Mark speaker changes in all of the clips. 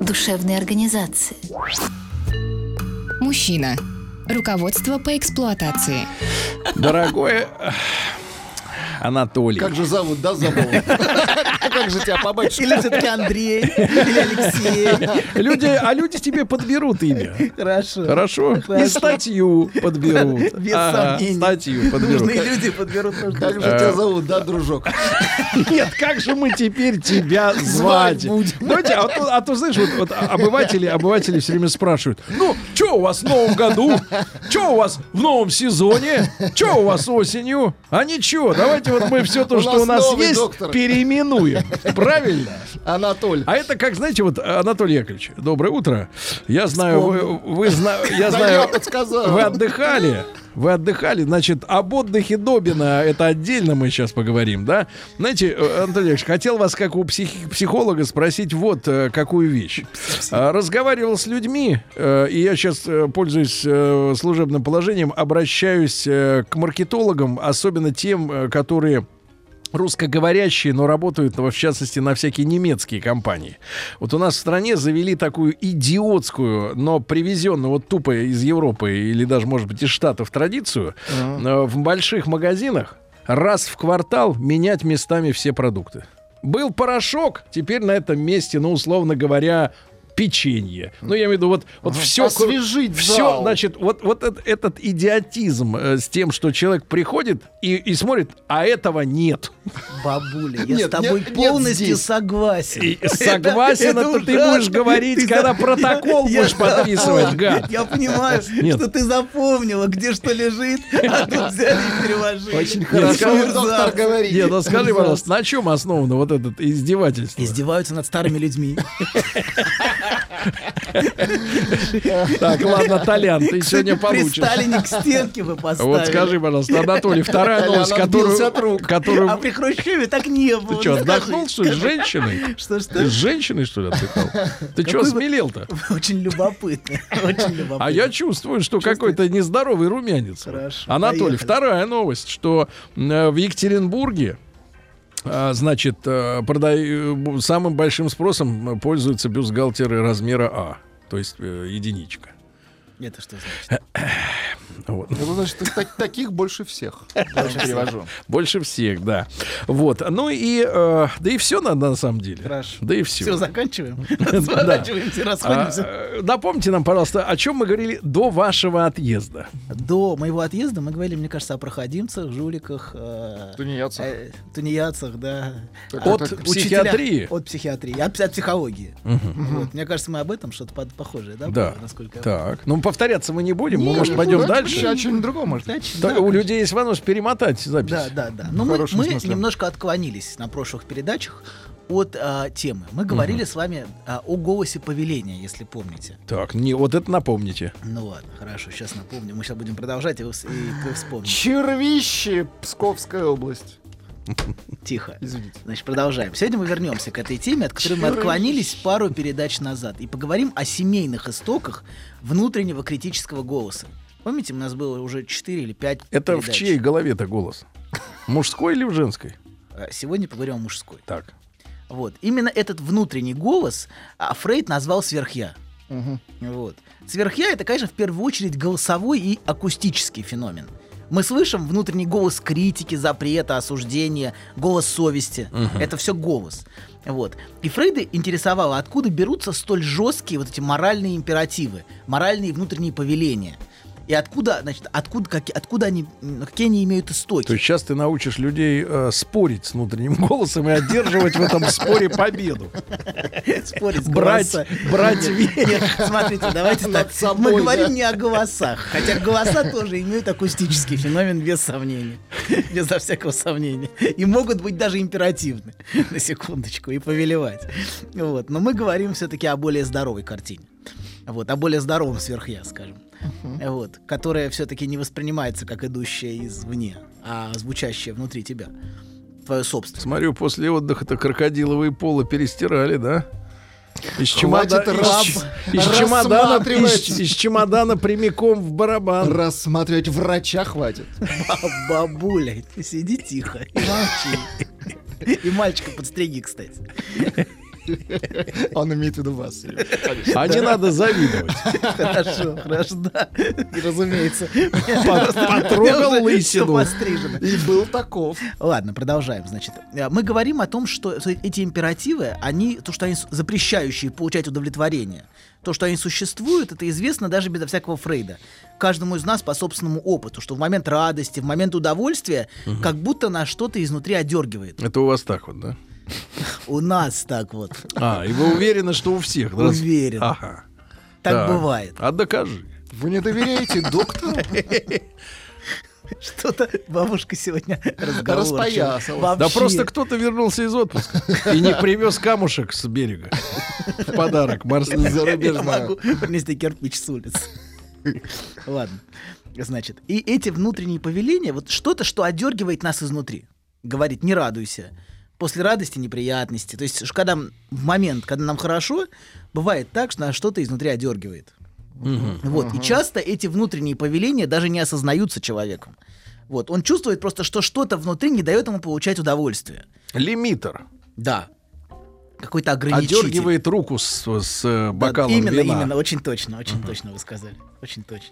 Speaker 1: душевной организации.
Speaker 2: Мужчина. Руководство по эксплуатации.
Speaker 3: Дорогой э, Анатолий.
Speaker 4: Как же зовут, да, забыл? Как же тебя побольше?
Speaker 5: Или все-таки Андрей, или Алексей.
Speaker 3: Люди, а люди тебе подберут имя.
Speaker 5: Хорошо.
Speaker 3: Хорошо? И
Speaker 5: Хорошо.
Speaker 3: статью подберут.
Speaker 5: Без
Speaker 3: Ага,
Speaker 5: сомнений.
Speaker 3: Статью
Speaker 4: Ну,
Speaker 3: подберут.
Speaker 5: Нужные люди подберут нужных.
Speaker 4: Как же
Speaker 3: Э,
Speaker 4: тебя зовут, да, дружок?
Speaker 3: Нет, как же мы теперь тебя звать?
Speaker 4: будем.
Speaker 3: Знаете, а то, а то, знаешь, вот, вот обыватели, обыватели все время спрашивают, ну, что у вас в новом году? Что у вас в новом сезоне? Что у вас осенью? А ничего, давайте вот мы все то,
Speaker 4: У
Speaker 3: что у
Speaker 4: нас
Speaker 3: нас
Speaker 4: новый
Speaker 3: есть,
Speaker 4: доктор.
Speaker 3: переименуем. Правильно?
Speaker 4: Анатоль.
Speaker 3: А это как, знаете, вот, Анатолий Яковлевич, доброе утро. Я знаю, вы, вы зна- я
Speaker 4: Да
Speaker 3: знаю,
Speaker 4: я подсказал.
Speaker 3: вы отдыхали. Вы отдыхали, значит, об отдыхе Добина, это отдельно мы сейчас поговорим, да? Знаете, э, Анатолий Яковлевич, хотел вас, как у психи- психолога, спросить вот э, какую вещь. А, Разговаривал с людьми, э, и я сейчас, пользуясь э, служебным положением, обращаюсь э, к маркетологам, особенно тем, э, которые русскоговорящие, но работают, ну, в частности, на всякие немецкие компании. Вот у нас в стране завели такую идиотскую, но привезенную вот тупо из Европы или даже, может быть, из Штатов традицию э, в больших магазинах раз в квартал менять местами все продукты. Был порошок, теперь на этом месте, ну, условно говоря, печенье. Ну, я имею в виду, вот, вот все...
Speaker 4: Освежить
Speaker 3: Все,
Speaker 4: зал.
Speaker 3: значит, вот, вот эт- этот идиотизм э, с тем, что человек приходит и, и смотрит, а этого нет.
Speaker 5: Бабуля, я
Speaker 4: Нет,
Speaker 5: с тобой
Speaker 4: нет, нет
Speaker 5: полностью
Speaker 4: здесь.
Speaker 5: согласен.
Speaker 3: И согласен, это, ты
Speaker 5: ужасно.
Speaker 3: будешь говорить,
Speaker 5: Ты
Speaker 3: когда
Speaker 5: за-
Speaker 3: протокол
Speaker 5: Я-
Speaker 3: будешь подписывать, гад.
Speaker 5: Я понимаю,
Speaker 3: Нет.
Speaker 5: что ты запомнила, где что лежит, а тут взяли и переложили.
Speaker 4: Очень
Speaker 3: скажи,
Speaker 4: хорошо, вы, доктор,
Speaker 5: Мерзавцы.
Speaker 4: говорите.
Speaker 3: Нет, ну скажи, пожалуйста, на чем основано вот это издевательство?
Speaker 5: Издеваются над старыми людьми.
Speaker 3: Так, ладно, Толян, ты сегодня
Speaker 5: При
Speaker 3: получишь.
Speaker 5: Сталине к стенке вы поставили.
Speaker 3: Вот скажи, пожалуйста, Анатолий, вторая
Speaker 4: Толян
Speaker 3: новость,
Speaker 4: отбился от
Speaker 3: которую...
Speaker 4: рук.
Speaker 5: А
Speaker 3: которую
Speaker 5: при Хрущеве так не было.
Speaker 3: Ты что,
Speaker 5: Ну, скажи,
Speaker 3: отдохнул, что ли, с женщиной? Ты
Speaker 5: Что-что?
Speaker 3: с женщиной, что ли, отдыхал? Ты что,
Speaker 5: Какой вы-
Speaker 3: смелел-то?
Speaker 5: Очень любопытно. Очень любопытно.
Speaker 3: А я чувствую, что какой-то нездоровый румянец. А,
Speaker 5: Хорошо,
Speaker 3: Анатолий,
Speaker 5: поехали.
Speaker 3: вторая новость, что м, э, в Екатеринбурге а, Значит, э, продай- э, бу- самым большим спросом пользуются бюстгальтеры размера А, то есть э, единичка.
Speaker 5: Это что значит?
Speaker 3: Вот.
Speaker 4: Это Ну, значит, ты так- таких больше всех. Я вам перевожу.
Speaker 3: Больше всех, да. Вот. Ну и э, да и все на, на самом деле.
Speaker 5: Хорошо.
Speaker 3: Да и все.
Speaker 5: Все, заканчиваем? Разворачиваемся, расходимся.
Speaker 3: А, э, напомните нам, пожалуйста, о чем мы говорили до вашего отъезда.
Speaker 5: Ну, До моего отъезда мы говорили, мне кажется, о проходимцах, жуликах, э,
Speaker 4: Тунеядцах.
Speaker 5: э, тунеядцах, да.
Speaker 4: Так,
Speaker 3: От
Speaker 4: так,
Speaker 5: Учителя-
Speaker 3: психиатрии.
Speaker 5: От психиатрии, от, пс- от психологии. Вот, Мне кажется, мы об этом что-то под- похожее, да?
Speaker 3: Да.
Speaker 5: было, Насколько я
Speaker 3: Так. Ну, повторяться мы не будем. мы,
Speaker 4: Не,
Speaker 3: может,
Speaker 4: ну,
Speaker 3: пойдем
Speaker 4: давайте
Speaker 3: дальше.
Speaker 4: поговорим О чем-нибудь другом, может.
Speaker 5: Дальше,
Speaker 3: Так,
Speaker 5: да.
Speaker 3: у людей есть возможность перемотать запись.
Speaker 5: Да, да, да. Но
Speaker 4: В
Speaker 5: мы,
Speaker 4: хорошем
Speaker 5: мы
Speaker 4: смысле.
Speaker 5: немножко отклонились на прошлых передачах от а, темы. Мы говорили с вами а, о голосе повеления, если помните.
Speaker 3: Так, не, вот это напомните.
Speaker 5: Ну ладно, хорошо, сейчас напомню. Мы сейчас будем продолжать и, вы вс- и ты вспомнишь.
Speaker 4: Червище, Псковская область.
Speaker 5: Тихо.
Speaker 4: Извините.
Speaker 5: Значит, продолжаем. Сегодня мы вернемся к этой теме, от которой мы
Speaker 4: Чёрт.
Speaker 5: отклонились пару передач назад, и поговорим о семейных истоках внутреннего критического голоса. Помните, у нас было уже 4 или 5
Speaker 3: Это в чьей голове-то голос? Мужской или в женской?
Speaker 5: Э, Сегодня поговорим о мужской.
Speaker 3: Так.
Speaker 5: Вот. Именно этот внутренний голос а, Фрейд назвал сверхя. Вот. Сверхя это, конечно, в первую очередь голосовой и акустический феномен. Мы слышим внутренний голос критики, запрета, осуждения, голос совести. Это все голос. Вот. И Фрейда интересовало, откуда берутся столь жесткие вот эти моральные императивы, моральные внутренние повеления. И откуда, значит, откуда, как, откуда они, м, какие они имеют истоки?
Speaker 3: То есть сейчас ты научишь людей э, спорить с внутренним голосом и одерживать в этом споре победу.
Speaker 5: Спорить с
Speaker 3: Брать,
Speaker 5: голоса-
Speaker 3: брать верх.
Speaker 5: Нет, смотрите, давайте так. Мы говорим не о голосах, хотя голоса тоже имеют акустический феномен без сомнения, безо всякого сомнения. И могут быть даже императивны, на секундочку, и повелевать. Вот. Но мы говорим все-таки о более здоровой картине. Вот, о более здоровом сверхя, скажем. Вот, которая все-таки не воспринимается как идущая извне, а звучащая внутри тебя. Твое собственное.
Speaker 3: Смотрю, после отдыха-то крокодиловые пола перестирали, да? Из, чемода-
Speaker 4: Хватит раз-
Speaker 3: из- из чемодана,
Speaker 4: рассматривать.
Speaker 3: из- из чемодана прямиком в барабан.
Speaker 4: Рассматривать врача хватит.
Speaker 5: Ба- Бабуля, ты сиди тихо и молчи. И мальчика подстриги, кстати.
Speaker 4: Он имеет в виду вас.
Speaker 3: А не надо завидовать.
Speaker 5: Хорошо, хорошо, да. Разумеется.
Speaker 3: потрогал
Speaker 5: Уже
Speaker 3: лысину.
Speaker 5: всё пострижено.
Speaker 4: И был таков.
Speaker 5: Ладно, продолжаем, значит. Э, Мы говорим о том, что с- эти императивы, они, то, что они с- запрещающие получать удовлетворение, то, что они существуют, это известно даже безо всякого Фрейда. Каждому из нас по собственному опыту, что в момент радости, в момент удовольствия, как будто на что-то изнутри одергивает.
Speaker 3: Это у вас так вот, да?
Speaker 5: У нас так вот.
Speaker 3: А, и вы уверены, что у всех? да?
Speaker 5: Уверен.
Speaker 3: Ага.
Speaker 5: Так бывает.
Speaker 3: А докажи.
Speaker 4: Вы не доверяете доктору?
Speaker 5: Что-то бабушка сегодня разговорчива.
Speaker 4: Распоясалась.
Speaker 5: Вообще.
Speaker 3: Да просто кто-то вернулся из отпуска и не привез камушек с берега. В подарок марсный.
Speaker 5: Я
Speaker 4: Зарубежная.
Speaker 5: могу принести кирпич с улицы. Ладно. Значит, и эти внутренние повеления, вот что-то, что одергивает нас изнутри. Говорит, не радуйся. После радости неприятности. То есть, ж когда м- в момент, когда нам хорошо, бывает так, что нас что-то изнутри одергивает. Вот. И часто эти внутренние повеления даже не осознаются человеком. Вот. Он чувствует просто, что что-то внутри не дает ему получать удовольствие.
Speaker 3: Лимитер.
Speaker 5: Да. Какой-то ограничитель.
Speaker 3: Одергивает руку с, с, э,
Speaker 5: Да,
Speaker 3: бокалом
Speaker 5: именно,
Speaker 3: вина.
Speaker 5: именно, очень точно, очень точно вы сказали. Очень точно.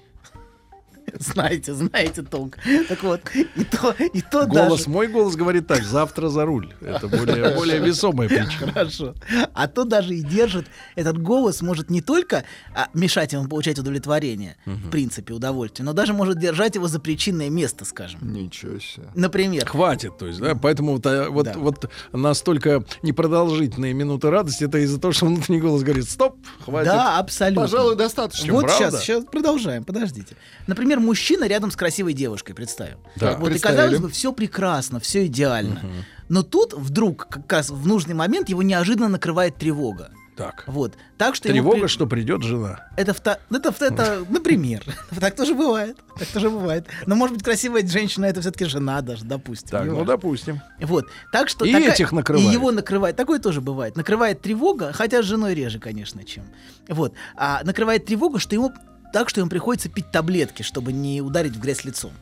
Speaker 5: Знаете, знаете толк. Так вот, и то, и то
Speaker 3: Голос,
Speaker 5: даже...
Speaker 3: мой голос говорит так, завтра за руль. Это более, более весомая причина.
Speaker 5: Хорошо. А то даже и держит. Этот голос может не только а, мешать ему получать удовлетворение, в принципе, удовольствие, но даже может держать его за причинное место, скажем.
Speaker 4: Ничего себе.
Speaker 5: Например,
Speaker 3: Хватит, то есть, да, поэтому вот, а, вот,
Speaker 5: Да.
Speaker 3: вот настолько непродолжительные минуты радости, это из-за того, что внутренний голос говорит, стоп, хватит.
Speaker 5: да, абсолютно.
Speaker 4: Пожалуй, достаточно.
Speaker 5: вот
Speaker 3: правда?
Speaker 5: сейчас, сейчас продолжаем, подождите. Например, мужчина рядом с красивой девушкой, представим.
Speaker 3: Да.
Speaker 5: Вот и
Speaker 4: Представили.
Speaker 5: казалось бы, все прекрасно, все идеально. Но тут вдруг, как раз в нужный момент, его неожиданно накрывает тревога.
Speaker 3: Так.
Speaker 5: Вот. Так что ему
Speaker 3: Тревога,
Speaker 5: при-
Speaker 3: что придет жена.
Speaker 5: это, вта- это, это, например, так тоже бывает, так тоже бывает. Но может быть красивая женщина это все-таки жена даже, допустим.
Speaker 3: Так, ну
Speaker 5: неважно.
Speaker 3: допустим.
Speaker 5: Вот. Так что
Speaker 3: И
Speaker 5: такая-
Speaker 3: этих накрывает.
Speaker 5: И его накрывает. Такое тоже бывает. Накрывает тревога, хотя с женой реже, конечно, чем. Вот. А накрывает тревога, что ему так, что ему приходится пить таблетки, чтобы не ударить в грязь лицом.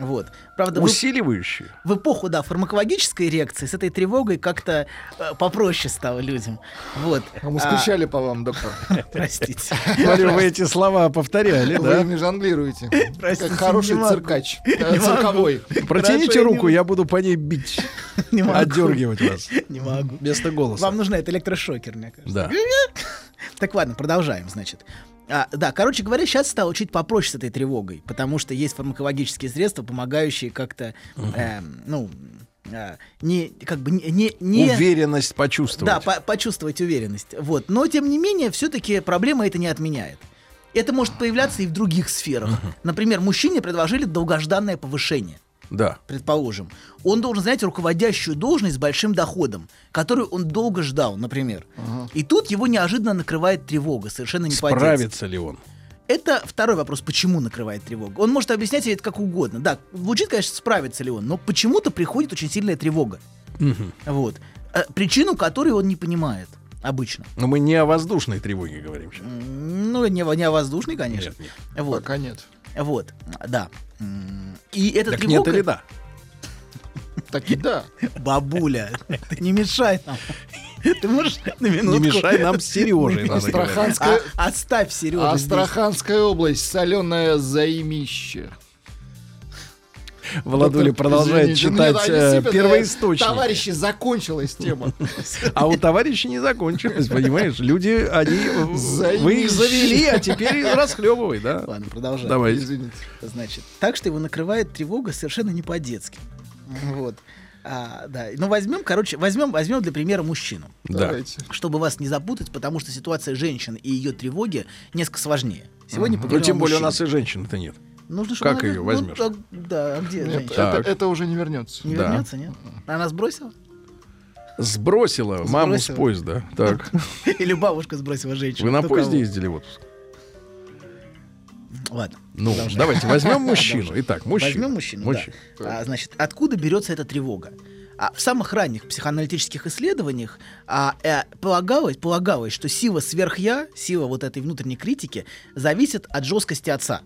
Speaker 5: Вот. Правда, в,
Speaker 3: Усиливающие.
Speaker 5: в эпоху, да, фармакологической реакции с этой тревогой как-то э, попроще стало людям. Вот.
Speaker 4: А мы
Speaker 5: А,
Speaker 4: скучали по вам, доктор.
Speaker 5: простите.
Speaker 3: Смотрю, вы эти слова повторяли,
Speaker 4: Вы
Speaker 3: да?
Speaker 4: ими жонглируете.
Speaker 5: Простите,
Speaker 4: Как хороший
Speaker 5: не могу.
Speaker 4: циркач. Э, Цирковой.
Speaker 3: Протяните
Speaker 5: Хорошо, я
Speaker 3: руку,
Speaker 5: не-
Speaker 3: я буду по ней бить,
Speaker 5: Не могу.
Speaker 3: отдергивать вас.
Speaker 5: Не могу.
Speaker 3: Вместо голоса.
Speaker 5: Вам нужна это электрошокер, мне кажется.
Speaker 3: Да.
Speaker 5: Так ладно, продолжаем, значит. А, да, короче говоря, сейчас стало чуть попроще с этой тревогой, потому что есть фармакологические средства, помогающие как-то, эм, ну, э, не, как бы не, не, не-
Speaker 3: Уверенность почувствовать.
Speaker 5: да, по- почувствовать уверенность. Вот, но тем не менее, все-таки проблема это не отменяет. Это может появляться и в других сферах. Например, мужчине предложили долгожданное повышение
Speaker 3: Да.
Speaker 5: предположим, он должен занять руководящую должность с большим доходом, которую он долго ждал, например. И тут его неожиданно накрывает тревога, совершенно не по детски.
Speaker 3: Справится ли он?
Speaker 5: Это второй вопрос, почему накрывает тревога. Он может объяснять ей это как угодно. Да, звучит, конечно, справится ли он, но почему-то приходит очень сильная тревога. Вот. Э, Причину которой он не понимает обычно.
Speaker 3: Но мы не о воздушной тревоге говорим сейчас.
Speaker 5: М, Ну, не, во- не о воздушной, конечно.
Speaker 3: Нет, нет.
Speaker 5: Вот,
Speaker 4: Пока нет.
Speaker 5: вот, да. М, И эта
Speaker 3: Так нет
Speaker 5: тревога...
Speaker 3: или да?
Speaker 4: Так и да.
Speaker 5: Бабуля, ты не мешай нам. Ты можешь на
Speaker 3: Не
Speaker 5: минутку?
Speaker 3: мешай нам А с Сережей, надо говорить.
Speaker 5: А-
Speaker 4: Астраханская... А,
Speaker 5: Отставь Сережу
Speaker 4: Астраханская область, соленое займище.
Speaker 3: Владуля продолжает
Speaker 4: Извините,
Speaker 5: ну,
Speaker 3: читать
Speaker 4: мне, они
Speaker 3: э,
Speaker 4: сыпят,
Speaker 3: первоисточник.
Speaker 4: э, Товарищи, закончилась тема.
Speaker 3: А у товарища не закончилось, понимаешь? Люди, они... э, Вы их
Speaker 4: Заебись.
Speaker 3: завели, а теперь расхлебывай, да?
Speaker 5: Ладно, продолжаем.
Speaker 3: Давай.
Speaker 4: Извините.
Speaker 5: Значит, так что его накрывает тревога совершенно не по-детски. Вот. А, да. Ну, возьмем, короче, возьмем, возьмем для примера мужчину.
Speaker 3: Да.
Speaker 4: Давайте.
Speaker 5: Чтобы вас не запутать, потому что ситуация женщин и ее тревоги несколько сложнее. Сегодня
Speaker 3: Ну,
Speaker 5: поговорим
Speaker 3: тем
Speaker 5: о
Speaker 3: более у
Speaker 5: мужчине.
Speaker 3: нас и женщин-то нет.
Speaker 5: Нужно,
Speaker 3: как
Speaker 5: она-
Speaker 3: её
Speaker 5: ну,
Speaker 3: возьмешь?
Speaker 5: так, да, а где
Speaker 4: Нет,
Speaker 5: женщина?
Speaker 3: Так.
Speaker 4: это, это уже не вернется.
Speaker 5: Не
Speaker 3: Да.
Speaker 5: вернется, нет? Она сбросила?
Speaker 3: Сбросила маму с
Speaker 5: Сбросила.
Speaker 3: поезда. Так,
Speaker 5: Или бабушка сбросила женщину?
Speaker 3: вы на
Speaker 5: Кто
Speaker 3: поезде
Speaker 5: кого?
Speaker 3: ездили в отпуск?
Speaker 5: Ладно.
Speaker 3: Ну, давайте возьмем мужчину. Итак, мужчина.
Speaker 5: Возьмем мужчину, да. А, значит, откуда берется эта тревога? А, в самых ранних психоаналитических исследованиях а, э, полагалось, полагалось, что сила сверхя, сила вот этой внутренней критики, зависит от жесткости отца.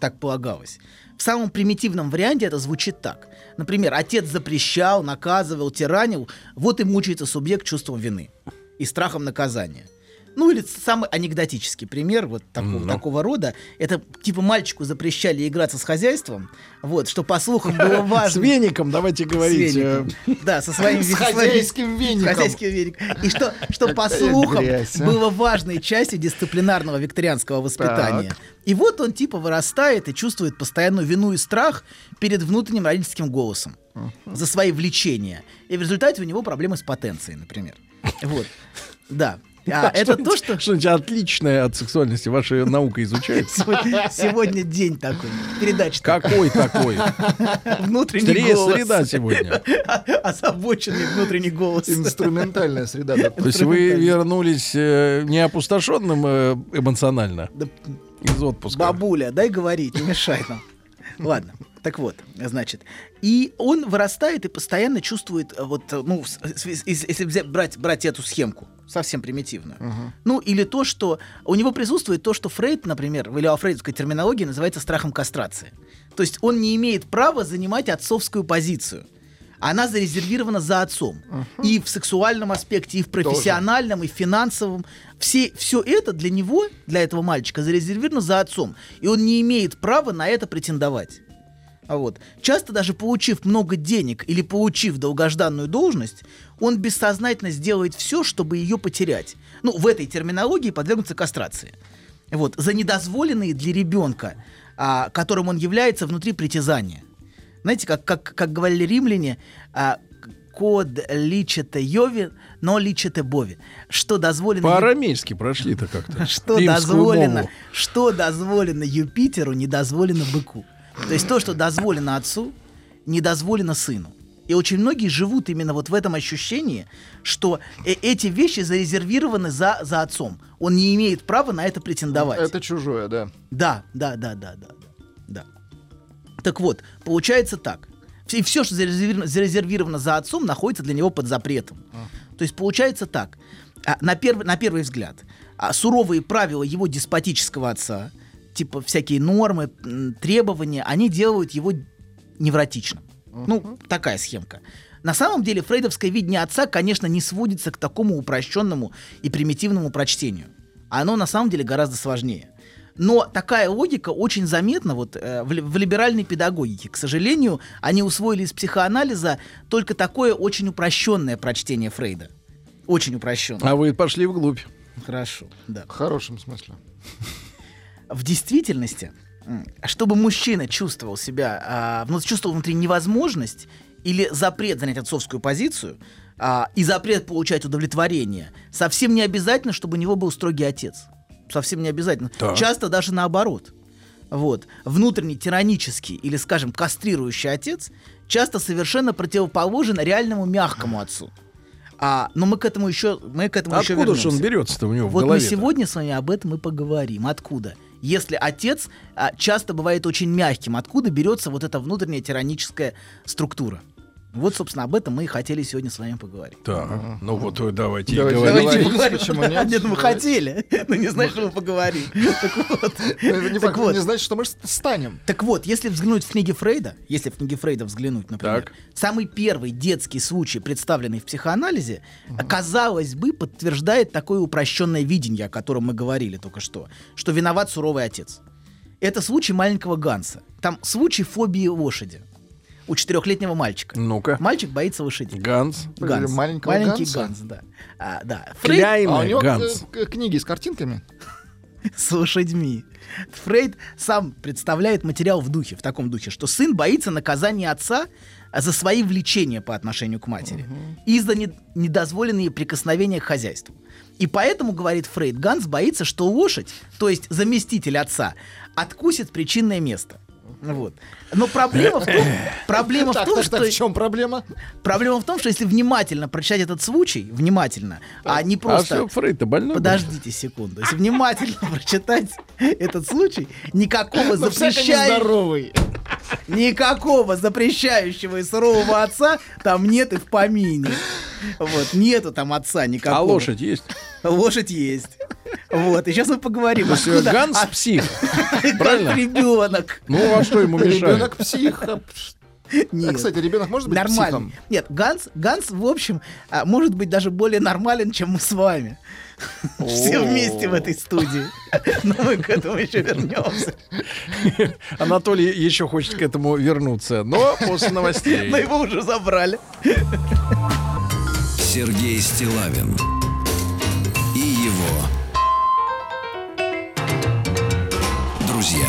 Speaker 5: Так полагалось. В самом примитивном варианте это звучит так. Например, отец запрещал, наказывал, тиранил, вот и мучается субъект чувством вины и страхом наказания. Ну или самый анекдотический пример вот такого,
Speaker 3: Ну.
Speaker 5: такого рода. Это типа мальчику запрещали играться с хозяйством, вот, что по слухам было
Speaker 3: С
Speaker 5: важно.
Speaker 3: веником давайте
Speaker 5: С
Speaker 3: говорить. э,
Speaker 5: веником. Да, со своим
Speaker 4: э, С
Speaker 5: со своим-
Speaker 4: хозяйским
Speaker 5: с
Speaker 4: веником.
Speaker 5: хозяйским веником. И что, что по слухам
Speaker 4: грязь, а.
Speaker 5: было важной частью дисциплинарного викторианского воспитания. И вот он типа вырастает и чувствует постоянную вину и страх перед внутренним родительским голосом за свои влечения. И в результате у него проблемы с потенцией, например. Вот. Да. А это то, что
Speaker 3: Что-нибудь отличное от сексуальности ваша наука изучает?
Speaker 5: сегодня, сегодня день такой. Передача
Speaker 3: Какой такой?
Speaker 5: такая. внутренний
Speaker 3: Сре-
Speaker 5: голос.
Speaker 3: Среда сегодня.
Speaker 5: Озабоченный внутренний голос.
Speaker 4: Инструментальная среда. да.
Speaker 3: То есть вы вернулись э, не опустошенным э, эмоционально
Speaker 5: Да,
Speaker 3: из отпуска?
Speaker 5: Бабуля, дай говорить, не мешай нам. Ладно. Так вот, значит, и он вырастает и постоянно чувствует, э, вот, э, ну, с- с- с- если взя- брать, брать эту схемку, совсем примитивную, ну, или то, что у него присутствует то, что Фрейд, например, в илиофрейдовской терминологии называется страхом кастрации. То есть он не имеет права занимать отцовскую позицию. Она зарезервирована за отцом. И в сексуальном аспекте, и в профессиональном, и в финансовом. Все, все это для него, для этого мальчика, зарезервировано за отцом. И он не имеет права на это претендовать. А вот. Часто даже получив много денег или получив долгожданную должность, он бессознательно сделает все, чтобы ее потерять. Ну, в этой терминологии подвергнуться кастрации. Вот. За недозволенные для ребенка, а, которым он является внутри притязания. Знаете, как, как, как говорили римляне, а, код личете Йови, но личете Бови. Что дозволено...
Speaker 3: По-арамейски прошли-то как-то.
Speaker 5: ну, Что
Speaker 3: Римскую
Speaker 5: дозволено,
Speaker 3: мову.
Speaker 5: что дозволено Юпитеру, не дозволено быку. То есть то, что дозволено отцу, не дозволено сыну. И очень многие живут именно вот в этом ощущении, что э- эти вещи зарезервированы за, за отцом. Он не имеет права на это претендовать.
Speaker 4: Это чужое, да.
Speaker 5: Да, да, да, да, да, да. да. Так вот, получается так. И все, что зарезервировано, зарезервировано за отцом, находится для него под запретом. То есть получается так. А, На, перв- на первый взгляд, а, суровые правила его деспотического отца, типа всякие нормы, м, требования, они делают его невротичным. Ну, такая схемка. На самом деле фрейдовское видение отца, конечно, не сводится к такому упрощенному и примитивному прочтению. Оно на самом деле гораздо сложнее. Но такая логика очень заметна вот, э, в, ли- в либеральной педагогике. К сожалению, они усвоили из психоанализа только такое очень упрощенное прочтение Фрейда. Очень упрощенное.
Speaker 3: А вы пошли вглубь.
Speaker 5: Хорошо, да.
Speaker 4: В хорошем смысле.
Speaker 5: В действительности, м, чтобы мужчина чувствовал себя, а, вну- чувствовал внутри невозможность или запрет занять отцовскую позицию а, и запрет получать удовлетворение, совсем не обязательно, чтобы у него был строгий отец. Совсем не обязательно.
Speaker 3: Так.
Speaker 5: Часто даже наоборот. Вот. Внутренний тиранический или, скажем, кастрирующий отец часто совершенно противоположен реальному мягкому отцу. А, но мы к этому еще, мы к этому еще
Speaker 3: Откуда же он
Speaker 5: вернемся.
Speaker 3: берется-то у него в
Speaker 5: Вот мы
Speaker 3: голове?
Speaker 5: сегодня с вами об этом и поговорим. Откуда? Если отец а, часто бывает очень мягким, откуда берется вот эта внутренняя тираническая структура? Вот, собственно, об этом мы и хотели сегодня с вами поговорить.
Speaker 3: Так, ну вот э, давайте и
Speaker 4: Давайте
Speaker 3: говорить.
Speaker 4: говорить.
Speaker 5: поговорим.
Speaker 4: почему нет?
Speaker 5: А, нет, мы
Speaker 4: Давайте.
Speaker 5: хотели, но не знаешь, что мы поговорим. Так вот.
Speaker 4: Но это не,
Speaker 5: Так
Speaker 4: факт,
Speaker 5: вот.
Speaker 4: не значит, что мы с- станем.
Speaker 5: Так вот, если взглянуть в книги Фрейда, если в книги Фрейда взглянуть, например,
Speaker 3: Так.
Speaker 5: самый первый детский случай, представленный в психоанализе, казалось бы, подтверждает такое упрощенное видение, о котором мы говорили только что, что виноват суровый отец. Это случай маленького Ганса. Там случай фобии лошади. у четырехлетнего мальчика.
Speaker 3: Ну-ка.
Speaker 5: Мальчик боится лошадей.
Speaker 3: Ганс. А
Speaker 5: Ганс.
Speaker 4: Маленького
Speaker 5: Маленький
Speaker 4: Ганса?
Speaker 5: Ганс, да. А, да. Фрейд
Speaker 4: А у
Speaker 3: Кляйна
Speaker 4: него
Speaker 3: Ганс.
Speaker 4: э, к- книги с картинками?
Speaker 5: с лошадьми. Фрейд сам представляет материал в духе, в таком духе, что сын боится наказания отца а, за свои влечения по отношению к матери и за не- недозволенные прикосновения к хозяйству. И поэтому, говорит Фрейд, Ганс боится, что лошадь, то есть заместитель отца, откусит причинное место. Вот. Но проблема в том, проблема в
Speaker 4: Так,
Speaker 5: том,
Speaker 4: так,
Speaker 5: что
Speaker 4: так, в чем проблема?
Speaker 5: проблема в том, что если внимательно прочитать этот случай, внимательно, а не
Speaker 3: А
Speaker 5: просто
Speaker 3: что, Фрейд-то больной? был?
Speaker 5: Подождите секунду. Если внимательно прочитать этот случай, никакого
Speaker 4: Ну, всяко
Speaker 5: запрещающего,
Speaker 4: нездоровый.
Speaker 5: никакого запрещающего и сурового отца там нет и в помине. Вот, нету там отца никакого.
Speaker 3: А лошадь есть?
Speaker 5: Лошадь есть. Вот, и сейчас мы поговорим.
Speaker 3: То есть, э, Ганс
Speaker 5: от-
Speaker 3: псих.
Speaker 5: как
Speaker 3: правильно?
Speaker 5: ребенок?
Speaker 3: Ну, а что ему мешает?
Speaker 4: Ребенок псих. А,
Speaker 5: Нет.
Speaker 4: Кстати, ребенок может быть
Speaker 5: нормальный.
Speaker 4: психом?
Speaker 5: Нет, Ганс, Ганс, в общем, а, может быть даже более нормален, чем мы с вами. Все вместе в этой студии. Но мы к этому еще вернемся.
Speaker 3: Анатолий еще хочет к этому вернуться, но после новостей.
Speaker 5: Но его уже забрали.
Speaker 6: Сергей Стилавин и его друзья.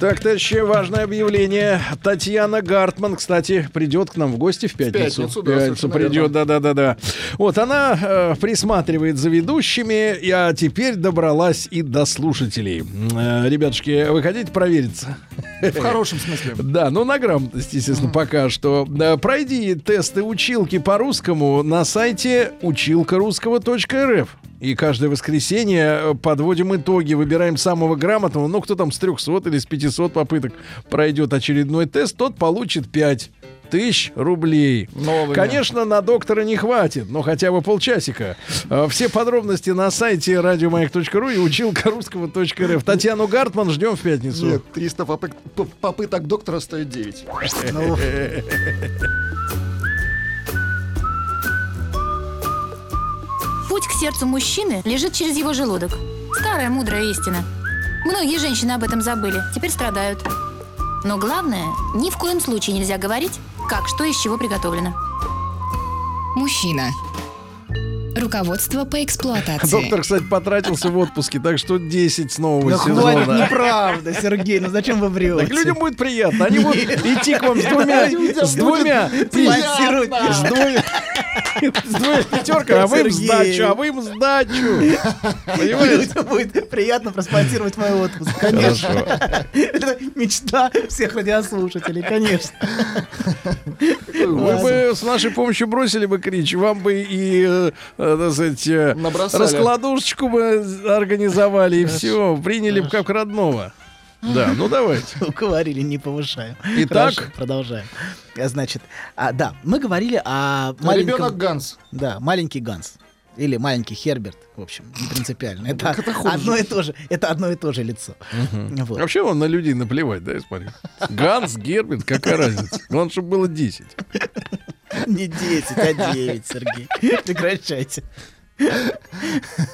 Speaker 3: Так, товарищи, важное объявление. Татьяна Гартман, кстати, придет к нам в гости в пятницу.
Speaker 4: пятницу, да, совершенно
Speaker 3: придет, да-да-да-да. Вот, она э, присматривает за ведущими, и, а теперь добралась и до слушателей. М, э, ребятушки, вы хотите провериться?
Speaker 4: В хорошем смысле.
Speaker 3: Да, ну на грамотность, естественно, пока что. Да, Пройди тесты училки по русскому на сайте училкарусского.рф. И каждое воскресенье э, подводим итоги, выбираем самого грамотного. Ну, кто там с 300 или с 500 попыток пройдет очередной тест, тот получит 5 тысяч рублей.
Speaker 4: Новыми.
Speaker 3: Конечно, на доктора не хватит, но хотя бы полчасика. Э, Все подробности на сайте радиомаяк.ру и училкарусского.рф. Татьяну Гартман ждем в пятницу.
Speaker 4: Нет, 300 попыт- п- попыток доктора стоит Э, 9.
Speaker 5: Ну,
Speaker 1: Путь к сердцу мужчины лежит через его желудок. Старая мудрая истина. Многие женщины об этом забыли, теперь страдают. Но главное, ни в коем случае нельзя говорить, как что из чего приготовлено.
Speaker 2: Мужчина. Руководство по эксплуатации.
Speaker 3: А Доктор, кстати, потратился в отпуске, так что 10 с нового
Speaker 5: Ну хватит,
Speaker 3: сезона.
Speaker 5: неправда, Сергей, ну зачем вы врете?
Speaker 3: Так людям будет приятно. Они будут идти к вам с двумя,
Speaker 4: Людям
Speaker 3: с двумя,
Speaker 4: будет
Speaker 3: пи-
Speaker 5: Массируют.
Speaker 3: с двумя, с двумя пятерками, а вы им
Speaker 5: Сергей.
Speaker 3: сдачу, а вы им сдачу. Понимаете?
Speaker 5: Людям будет приятно проспонсировать мой отпуск, конечно. Это мечта всех радиослушателей, конечно.
Speaker 3: Вы бы с нашей помощью бросили бы крич, вам бы и, э, э, так сказать, э,
Speaker 4: Набросали.
Speaker 3: раскладушечку бы организовали, и все, приняли бы как родного. Да, ну давайте.
Speaker 5: Говорили, не повышаем.
Speaker 3: Итак?
Speaker 5: Хорошо, продолжаем. А, Значит, а, да, мы говорили о
Speaker 4: Ребенок
Speaker 5: маленьком...
Speaker 4: Ганс.
Speaker 5: Да, маленький Ганс. Или маленький Херберт, в общем, не принципиально. Это,
Speaker 4: Так это хуже.
Speaker 5: одно и то же, это одно и то же лицо. Вот.
Speaker 3: Вообще он на людей наплевать, да, я смотрю. Ганс, Герберт, какая разница? Главное, чтобы было 10.
Speaker 5: Не 10, а 9, Сергей. Прекращайте.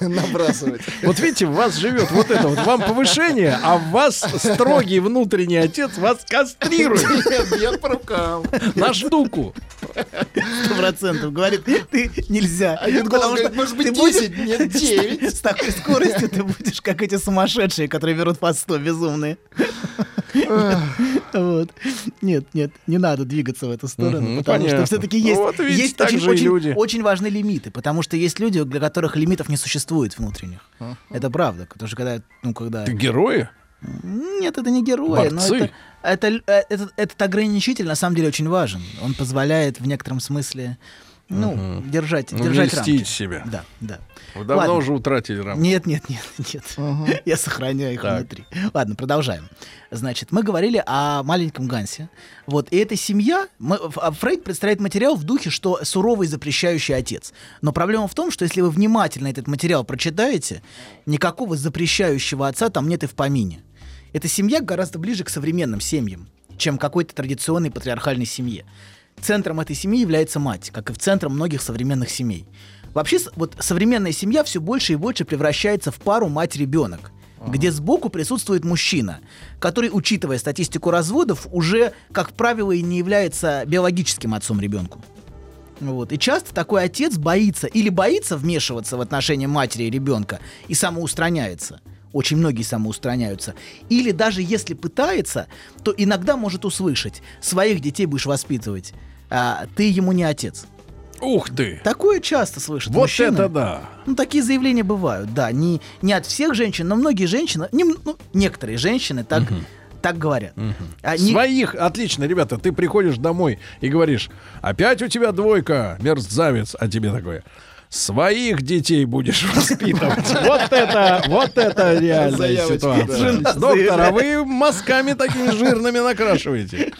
Speaker 4: Набрасывать.
Speaker 3: Вот видите, в вас живет вот это вот. Вам повышение, а в вас строгий внутренний отец вас кастрирует.
Speaker 4: Нет, бьет по рукам.
Speaker 3: На штуку.
Speaker 5: сто процентов говорит, ты нельзя.
Speaker 4: А Юнгол
Speaker 5: Потому
Speaker 4: говорит,
Speaker 5: что
Speaker 4: может быть,
Speaker 5: ты будешь-
Speaker 4: 10, нет, 9.
Speaker 5: С такой скоростью ты будешь, как эти сумасшедшие, которые берут по 100, безумные. Вот. Нет, нет, не надо двигаться в эту
Speaker 3: Мгм,
Speaker 5: сторону, потому
Speaker 3: понятно.
Speaker 5: что все-таки есть,
Speaker 3: Вот видите,
Speaker 5: есть
Speaker 3: так
Speaker 5: очень,
Speaker 3: же и
Speaker 5: очень-
Speaker 3: люди.
Speaker 5: очень важны лимиты, потому что есть люди, для которых лимитов не существует внутренних. Это правда, потому что когда, ну, когда...
Speaker 3: Ты герои?
Speaker 5: Нет, это не герои, но
Speaker 3: Борцы.
Speaker 5: это, это, л- э, этот, этот ограничитель на самом деле очень важен. Он позволяет в некотором смысле ну, держать,
Speaker 3: Ну,
Speaker 5: держать
Speaker 3: не
Speaker 5: рамки.
Speaker 3: льстить себя.
Speaker 5: Да, да.
Speaker 3: Вы давно
Speaker 5: Ладно.
Speaker 3: уже утратили рамки.
Speaker 5: Нет, нет, нет, нет. Я сохраняю их
Speaker 3: Так.
Speaker 5: внутри. Ладно, продолжаем. Значит, мы говорили о маленьком Гансе. Вот, и эта семья... мы- Ф- а Фрейд представляет материал в духе, что суровый запрещающий отец. Но проблема в том, что если вы внимательно этот материал прочитаете, никакого запрещающего отца там нет и в помине. Эта семья гораздо ближе к современным семьям, чем какой-то традиционной патриархальной семье. Центром этой семьи является мать, как и в центром многих современных семей. Вообще, с- вот современная семья все больше и больше превращается в пару мать-ребенок. где сбоку присутствует мужчина, который, учитывая статистику разводов, уже, как правило, и не является биологическим отцом ребенку. Вот. И часто такой отец боится или боится вмешиваться в отношения матери и ребенка и самоустраняется. Очень многие самоустраняются. Или даже если пытается, то иногда может услышать «своих детей будешь воспитывать, а ты ему не отец».
Speaker 3: Ух ты!
Speaker 5: Такое часто слышат
Speaker 3: Вот
Speaker 5: мужчины.
Speaker 3: это да!
Speaker 5: Ну, такие заявления бывают, да. Не, не от всех женщин, но многие женщины, не м- ну, некоторые женщины так, так говорят. А не-
Speaker 3: Своих, отлично, ребята, ты приходишь домой и говоришь, опять у тебя двойка, мерзавец, а тебе такое. Своих детей будешь воспитывать. Вот это, вот это реальная
Speaker 4: Заявочки,
Speaker 3: ситуация. Доктор, а вы мазками такими жирными накрашиваете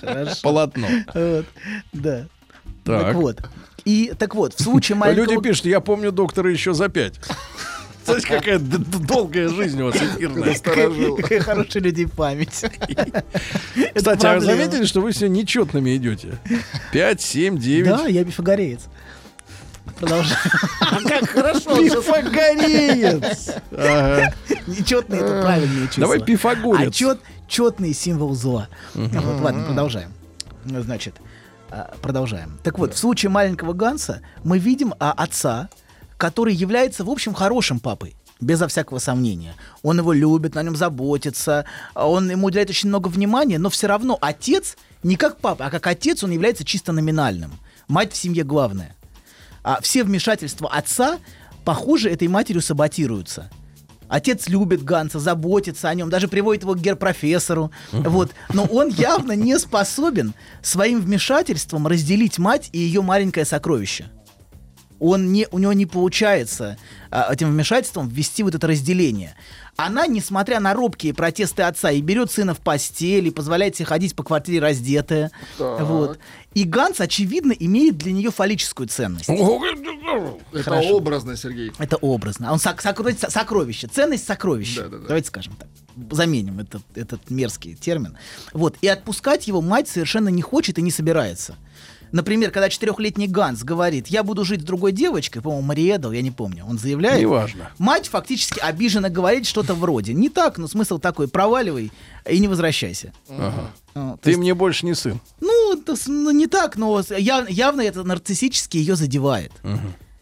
Speaker 3: полотно.
Speaker 5: Вот, да.
Speaker 3: Так.
Speaker 5: вот. И так вот, в случае маленького...
Speaker 3: Люди пишут, я помню доктора еще за пять. Знаете, какая д- д- долгая жизнь у вас эфирная.
Speaker 4: Сторожил.
Speaker 5: Какая хорошая людей память.
Speaker 3: Кстати, а вы
Speaker 5: проблема.
Speaker 3: заметили, что вы все нечетными идете? Пять, семь, девять.
Speaker 5: Да, я пифагореец. Продолжай. А
Speaker 3: Пифагореец! Ага.
Speaker 5: Нечетные это правильные числа.
Speaker 3: Давай пифагорец.
Speaker 5: А чет, четный символ зла. Вот, ладно, продолжаем. Ну, Значит, а, продолжаем. Так вот, в случае маленького Ганса мы видим а, отца, который является, в общем, хорошим папой. Безо всякого сомнения. Он его любит, на нем заботится, а он ему уделяет очень много внимания, но все равно отец не как папа, а как отец он является чисто номинальным. Мать в семье главная. А все вмешательства отца, похоже, этой матерью саботируются. Отец любит Ганса, заботится о нем, даже приводит его к герпрофессору. Вот. Но он явно не способен своим вмешательством разделить мать и ее маленькое сокровище. Он не, у него не получается а, этим вмешательством ввести вот это разделение. Она, несмотря на робкие протесты отца, и берет сына в постель, и позволяет себе ходить по квартире раздетая. Вот. И Ганс, очевидно, имеет для нее фаллическую ценность.
Speaker 4: Это
Speaker 5: Хорошо.
Speaker 4: образно, Сергей.
Speaker 5: Это образно. А Он сок- сокро- со- сокровище, ценность сокровища.
Speaker 4: Да-да-да.
Speaker 5: Давайте скажем так. Заменим этот, этот мерзкий термин. Вот. И отпускать его мать совершенно не хочет и не собирается. Например, когда четырехлетний Ганс говорит, я буду жить с другой девочкой, по-моему, Мариэдл, я не помню, он заявляет.
Speaker 3: Неважно.
Speaker 5: Мать фактически обижена говорить что-то вроде. Не так, но смысл такой, проваливай и не возвращайся. Ну, то
Speaker 3: Ты
Speaker 5: есть-
Speaker 3: мне больше не сын.
Speaker 5: ну, это с- ну, не так, но с- яв- явно это нарциссически ее задевает.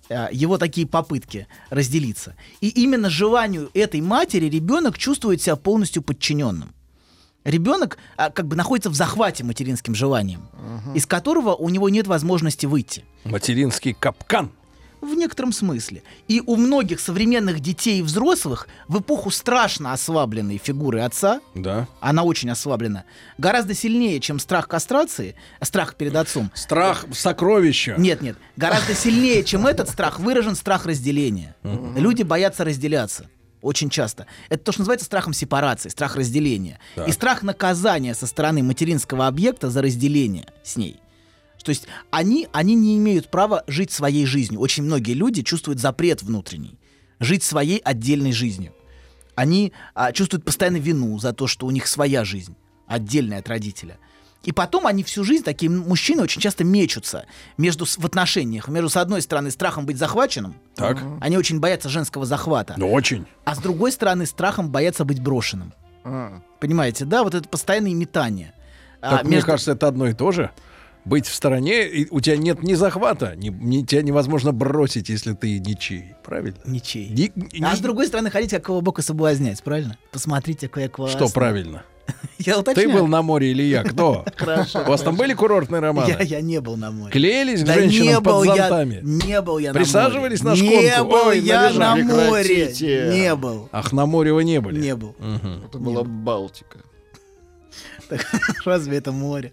Speaker 5: А, Его такие попытки разделиться. И именно желанию этой матери ребенок чувствует себя полностью подчиненным. Ребенок а, как бы находится в захвате материнским желанием, из которого у него нет возможности выйти.
Speaker 3: Материнский капкан.
Speaker 5: В некотором смысле. И у многих современных детей и взрослых в эпоху страшно ослабленной фигуры отца,
Speaker 3: Да.
Speaker 5: она очень ослаблена, гораздо сильнее, чем страх кастрации, страх перед отцом,
Speaker 3: Страх сокровища.
Speaker 5: нет, нет. Гораздо сильнее, чем этот страх, выражен страх разделения. Люди боятся разделяться. Очень часто. Это то, что называется страхом сепарации, страх разделения. И страх наказания со стороны материнского объекта за разделение с ней. То есть они, они не имеют права жить своей жизнью. Очень многие люди чувствуют запрет внутренний. Жить своей отдельной жизнью. Они а, чувствуют постоянно вину за то, что у них своя жизнь, отдельная от родителя. И потом они всю жизнь, такие м- мужчины, очень часто мечутся между, с- в отношениях. Между, с одной стороны, страхом быть захваченным.
Speaker 3: Так.
Speaker 5: Они очень боятся женского захвата.
Speaker 3: Ну, очень.
Speaker 5: А с другой стороны, страхом боятся быть брошенным.
Speaker 4: А,
Speaker 5: Понимаете, да? Вот это постоянное метание. А,
Speaker 3: Так, мне
Speaker 5: между-
Speaker 3: кажется, это одно и то же. Быть в стороне, и у тебя нет ни захвата, ни, ни- тебя невозможно бросить, если ты ничей. Правильно?
Speaker 5: Ничей.
Speaker 3: Ни- ни-
Speaker 5: А с другой стороны, ходить как колобок и соблазнять, правильно? Посмотрите, какой я классный.
Speaker 3: Что правильно?
Speaker 5: Я
Speaker 3: Ты
Speaker 5: уточняю.
Speaker 3: был на море или я? Кто? У вас там были курортные романы?
Speaker 5: Я, я не был на море.
Speaker 3: Клеились к
Speaker 5: Да
Speaker 3: женщинам
Speaker 5: не был
Speaker 3: под
Speaker 5: я,
Speaker 3: зонтами?
Speaker 5: не был я на море.
Speaker 3: Присаживались на
Speaker 5: Не
Speaker 3: шконку?
Speaker 5: был
Speaker 3: Ой,
Speaker 5: я на
Speaker 4: набежали.
Speaker 5: море.
Speaker 4: Прекратите.
Speaker 5: Не был.
Speaker 3: Ах, на море вы не были?
Speaker 5: Не был.
Speaker 3: Хм.
Speaker 4: Это была Балтика.
Speaker 5: Разве это море?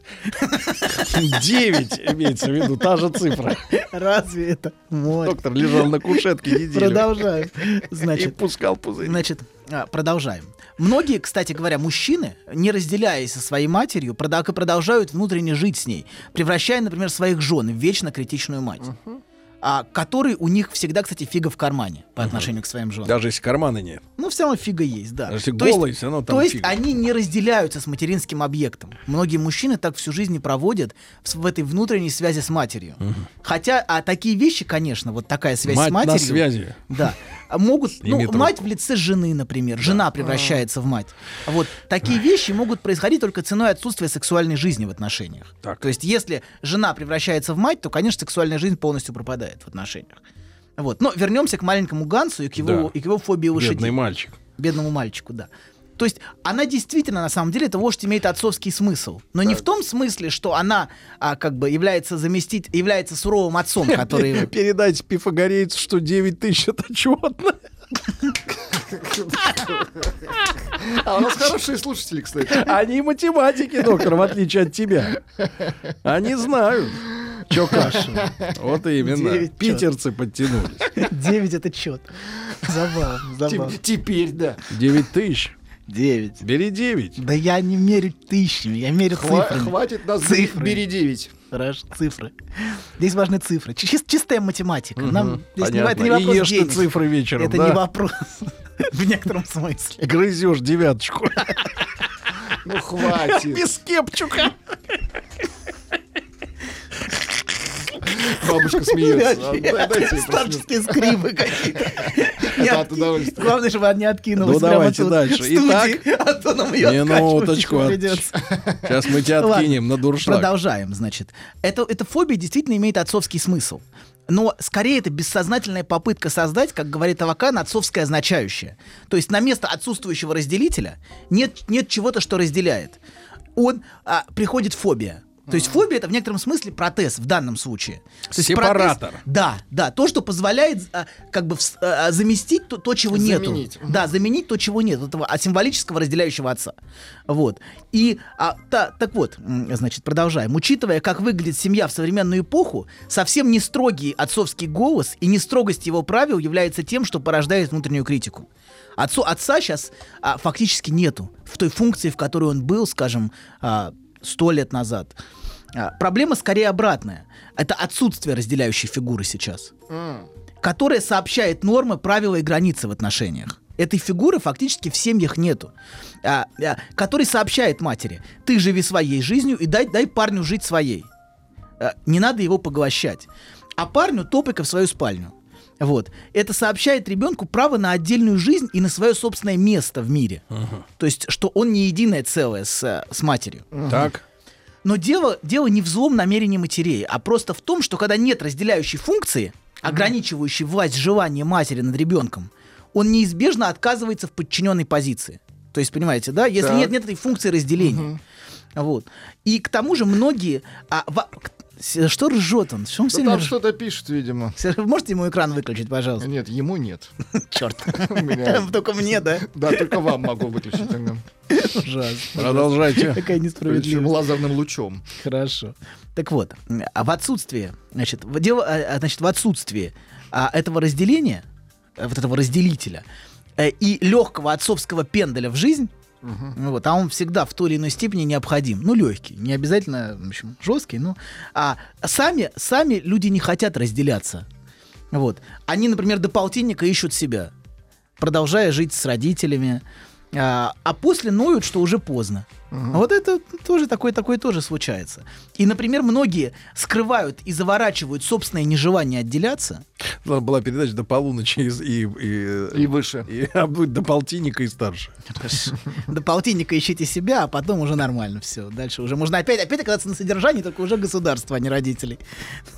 Speaker 3: Девять имеется в виду, та же цифра.
Speaker 5: Разве это море?
Speaker 3: Доктор лежал на кушетке неделю
Speaker 5: Продолжаем.
Speaker 3: и
Speaker 5: Значит,
Speaker 3: пускал пузырь.
Speaker 5: значит, а, продолжаем. Многие, кстати говоря, мужчины, не разделяясь со своей матерью, прода- продолжают внутренне жить с ней, превращая, например, своих жен в вечно критичную мать. А, который у них всегда, кстати, фига в кармане по отношению к своим женам.
Speaker 3: Даже если кармана нет.
Speaker 5: Ну, все равно фига есть, да.
Speaker 3: Даже если
Speaker 5: То есть-
Speaker 3: голый, все равно там
Speaker 5: То есть
Speaker 3: фига.
Speaker 5: они не разделяются с материнским объектом. Многие мужчины так всю жизнь и проводят в, с- в этой внутренней связи с матерью. Хотя, а такие вещи, конечно, вот такая связь
Speaker 3: Мать
Speaker 5: с
Speaker 3: на
Speaker 5: матерью.
Speaker 3: связи.
Speaker 5: Да. а могут, ну,
Speaker 3: Имеет
Speaker 5: мать в лице жены, например, жена превращается в мать. Вот такие вещи могут происходить только ценой отсутствия сексуальной жизни в отношениях.
Speaker 3: Так.
Speaker 5: То есть, если жена превращается в мать, то, конечно, сексуальная жизнь полностью пропадает в отношениях. Вот. Но вернемся к маленькому Гансу и к его,
Speaker 3: Да.
Speaker 5: и к его фобии лошадей
Speaker 3: Бедный мальчик.
Speaker 5: бедному мальчику, да. То есть она действительно, на самом деле, эта вождь имеет отцовский смысл. Но не в том смысле, что она а, как бы является заместить, является суровым отцом, который... его-
Speaker 3: Передать пифагорейцу, что 9 тысяч это чудно.
Speaker 4: А у нас хорошие слушатели, кстати.
Speaker 3: Они математики, доктор, в отличие от тебя. Они знают. Чё каша? Вот именно.
Speaker 5: Девять чё.
Speaker 3: Питерцы подтянулись.
Speaker 5: Девять — это чет. Забавно, забавно.
Speaker 4: Теперь, да.
Speaker 3: 9 тысяч.
Speaker 5: Девять.
Speaker 3: Бери 9.
Speaker 5: Да я не мерю тысячами, я мерю
Speaker 4: Хва-
Speaker 5: цифрами.
Speaker 4: Хватит нас
Speaker 5: Цифры.
Speaker 4: бери 9.
Speaker 5: Хорошо, цифры. Здесь важны цифры. Чи- чис- чистая математика. Нам здесь не, ва- это
Speaker 3: Понятно.
Speaker 5: не
Speaker 3: И
Speaker 5: вопрос
Speaker 3: ешь ты
Speaker 5: денег.
Speaker 3: цифры вечером,
Speaker 5: Это
Speaker 3: да?
Speaker 5: не вопрос. В некотором смысле.
Speaker 3: Грызешь девяточку.
Speaker 4: Ну хватит.
Speaker 3: Без кепчука.
Speaker 4: Бабушка смеется. А, дайте ей посмеяться.
Speaker 5: Старческие скрипы какие-то. Не
Speaker 4: Да,
Speaker 5: отки-
Speaker 4: от удовольствия.
Speaker 5: Главное, чтобы она не откинулась.
Speaker 3: Ну,
Speaker 5: прямо
Speaker 3: давайте
Speaker 5: тут,
Speaker 3: дальше.
Speaker 5: в студии, а то нам ее
Speaker 3: Минуточку.
Speaker 5: откачивать придется.
Speaker 3: Сейчас мы тебя
Speaker 5: Ладно.
Speaker 3: откинем на дуршлаг.
Speaker 5: Продолжаем, значит. Это, эта фобия действительно имеет отцовский смысл. Но скорее это бессознательная попытка создать, как говорит Авакан, отцовское означающее. То есть на место отсутствующего разделителя нет, нет чего-то, что разделяет. Он а, приходит фобия. То есть фобия это в некотором смысле протез в данном случае. То есть протез-
Speaker 3: Сепаратор.
Speaker 5: да, да, то, что позволяет а, как бы вс- а, а, заместить то, то, чего
Speaker 4: Заменить.
Speaker 5: нету. Да, заменить то, чего нет, этого а, символического разделяющего отца. Вот. И, а, та- так вот, м, значит, продолжаем. Учитывая, как выглядит семья в современную эпоху, совсем не строгий отцовский голос и не строгость его правил является тем, что порождает внутреннюю критику. Отцу, отца сейчас фактически нету в той функции, в которой он был, скажем, а, сто лет назад. А, Проблема скорее обратная. Это отсутствие разделяющей фигуры сейчас, которая сообщает нормы, правила и границы в отношениях. Этой фигуры фактически в семьях нету, А, а, который сообщает матери: ты живи своей жизнью и дай, дай парню жить своей. А, Не надо его поглощать. А парню топика в свою спальню. Вот. Это сообщает ребенку право на отдельную жизнь и на свое собственное место в мире. То есть, что он не единое целое с, э, с матерью.
Speaker 3: Так.
Speaker 5: Но дело, дело не в злом намерении матерей, а просто в том, что когда нет разделяющей функции, ограничивающей власть желания матери над ребенком, он неизбежно отказывается в подчиненной позиции. То есть, понимаете, да, если
Speaker 4: Так.
Speaker 5: нет, нет этой функции разделения. Вот. И к тому же многие. а, во- к- с- что ржет он? Что он
Speaker 4: Да
Speaker 5: всё время
Speaker 4: Ну, там
Speaker 5: ржёт?
Speaker 4: что-то пишет, видимо.
Speaker 5: Серёж, Можете ему экран выключить, пожалуйста?
Speaker 4: Нет, ему нет.
Speaker 5: Черт.
Speaker 4: У меня-
Speaker 5: Только мне, да?
Speaker 4: Да, только вам могу выключить тогда.
Speaker 5: Ужасно.
Speaker 3: Продолжайте.
Speaker 5: Какая
Speaker 4: Причем
Speaker 5: несправедливость.
Speaker 4: лазерным лучом.
Speaker 5: Хорошо. Так вот, м, а в отсутствии, значит, в, дело, а, а, значит, в отсутствии а, этого разделения, а, вот этого разделителя э, и легкого отцовского пенделя в жизнь, ну вот, а он всегда в той или иной степени необходим. Ну, легкий, не обязательно, в общем, жесткий, но а, сами, сами люди не хотят разделяться. Вот. Они, например, до полтинника ищут себя, продолжая жить с родителями. А, а после ноют, что уже поздно. Вот это тоже такое, такое тоже случается. И, например, многие скрывают и заворачивают собственное нежелание отделяться.
Speaker 3: Там была передача до полуночи и, и,
Speaker 4: И
Speaker 3: и,
Speaker 4: выше.
Speaker 3: и- а будет до полтинника и старше.
Speaker 5: До полтинника ищите себя, а потом уже нормально все. Дальше уже можно опять, опять оказаться на содержании, только уже государства, а не родителей.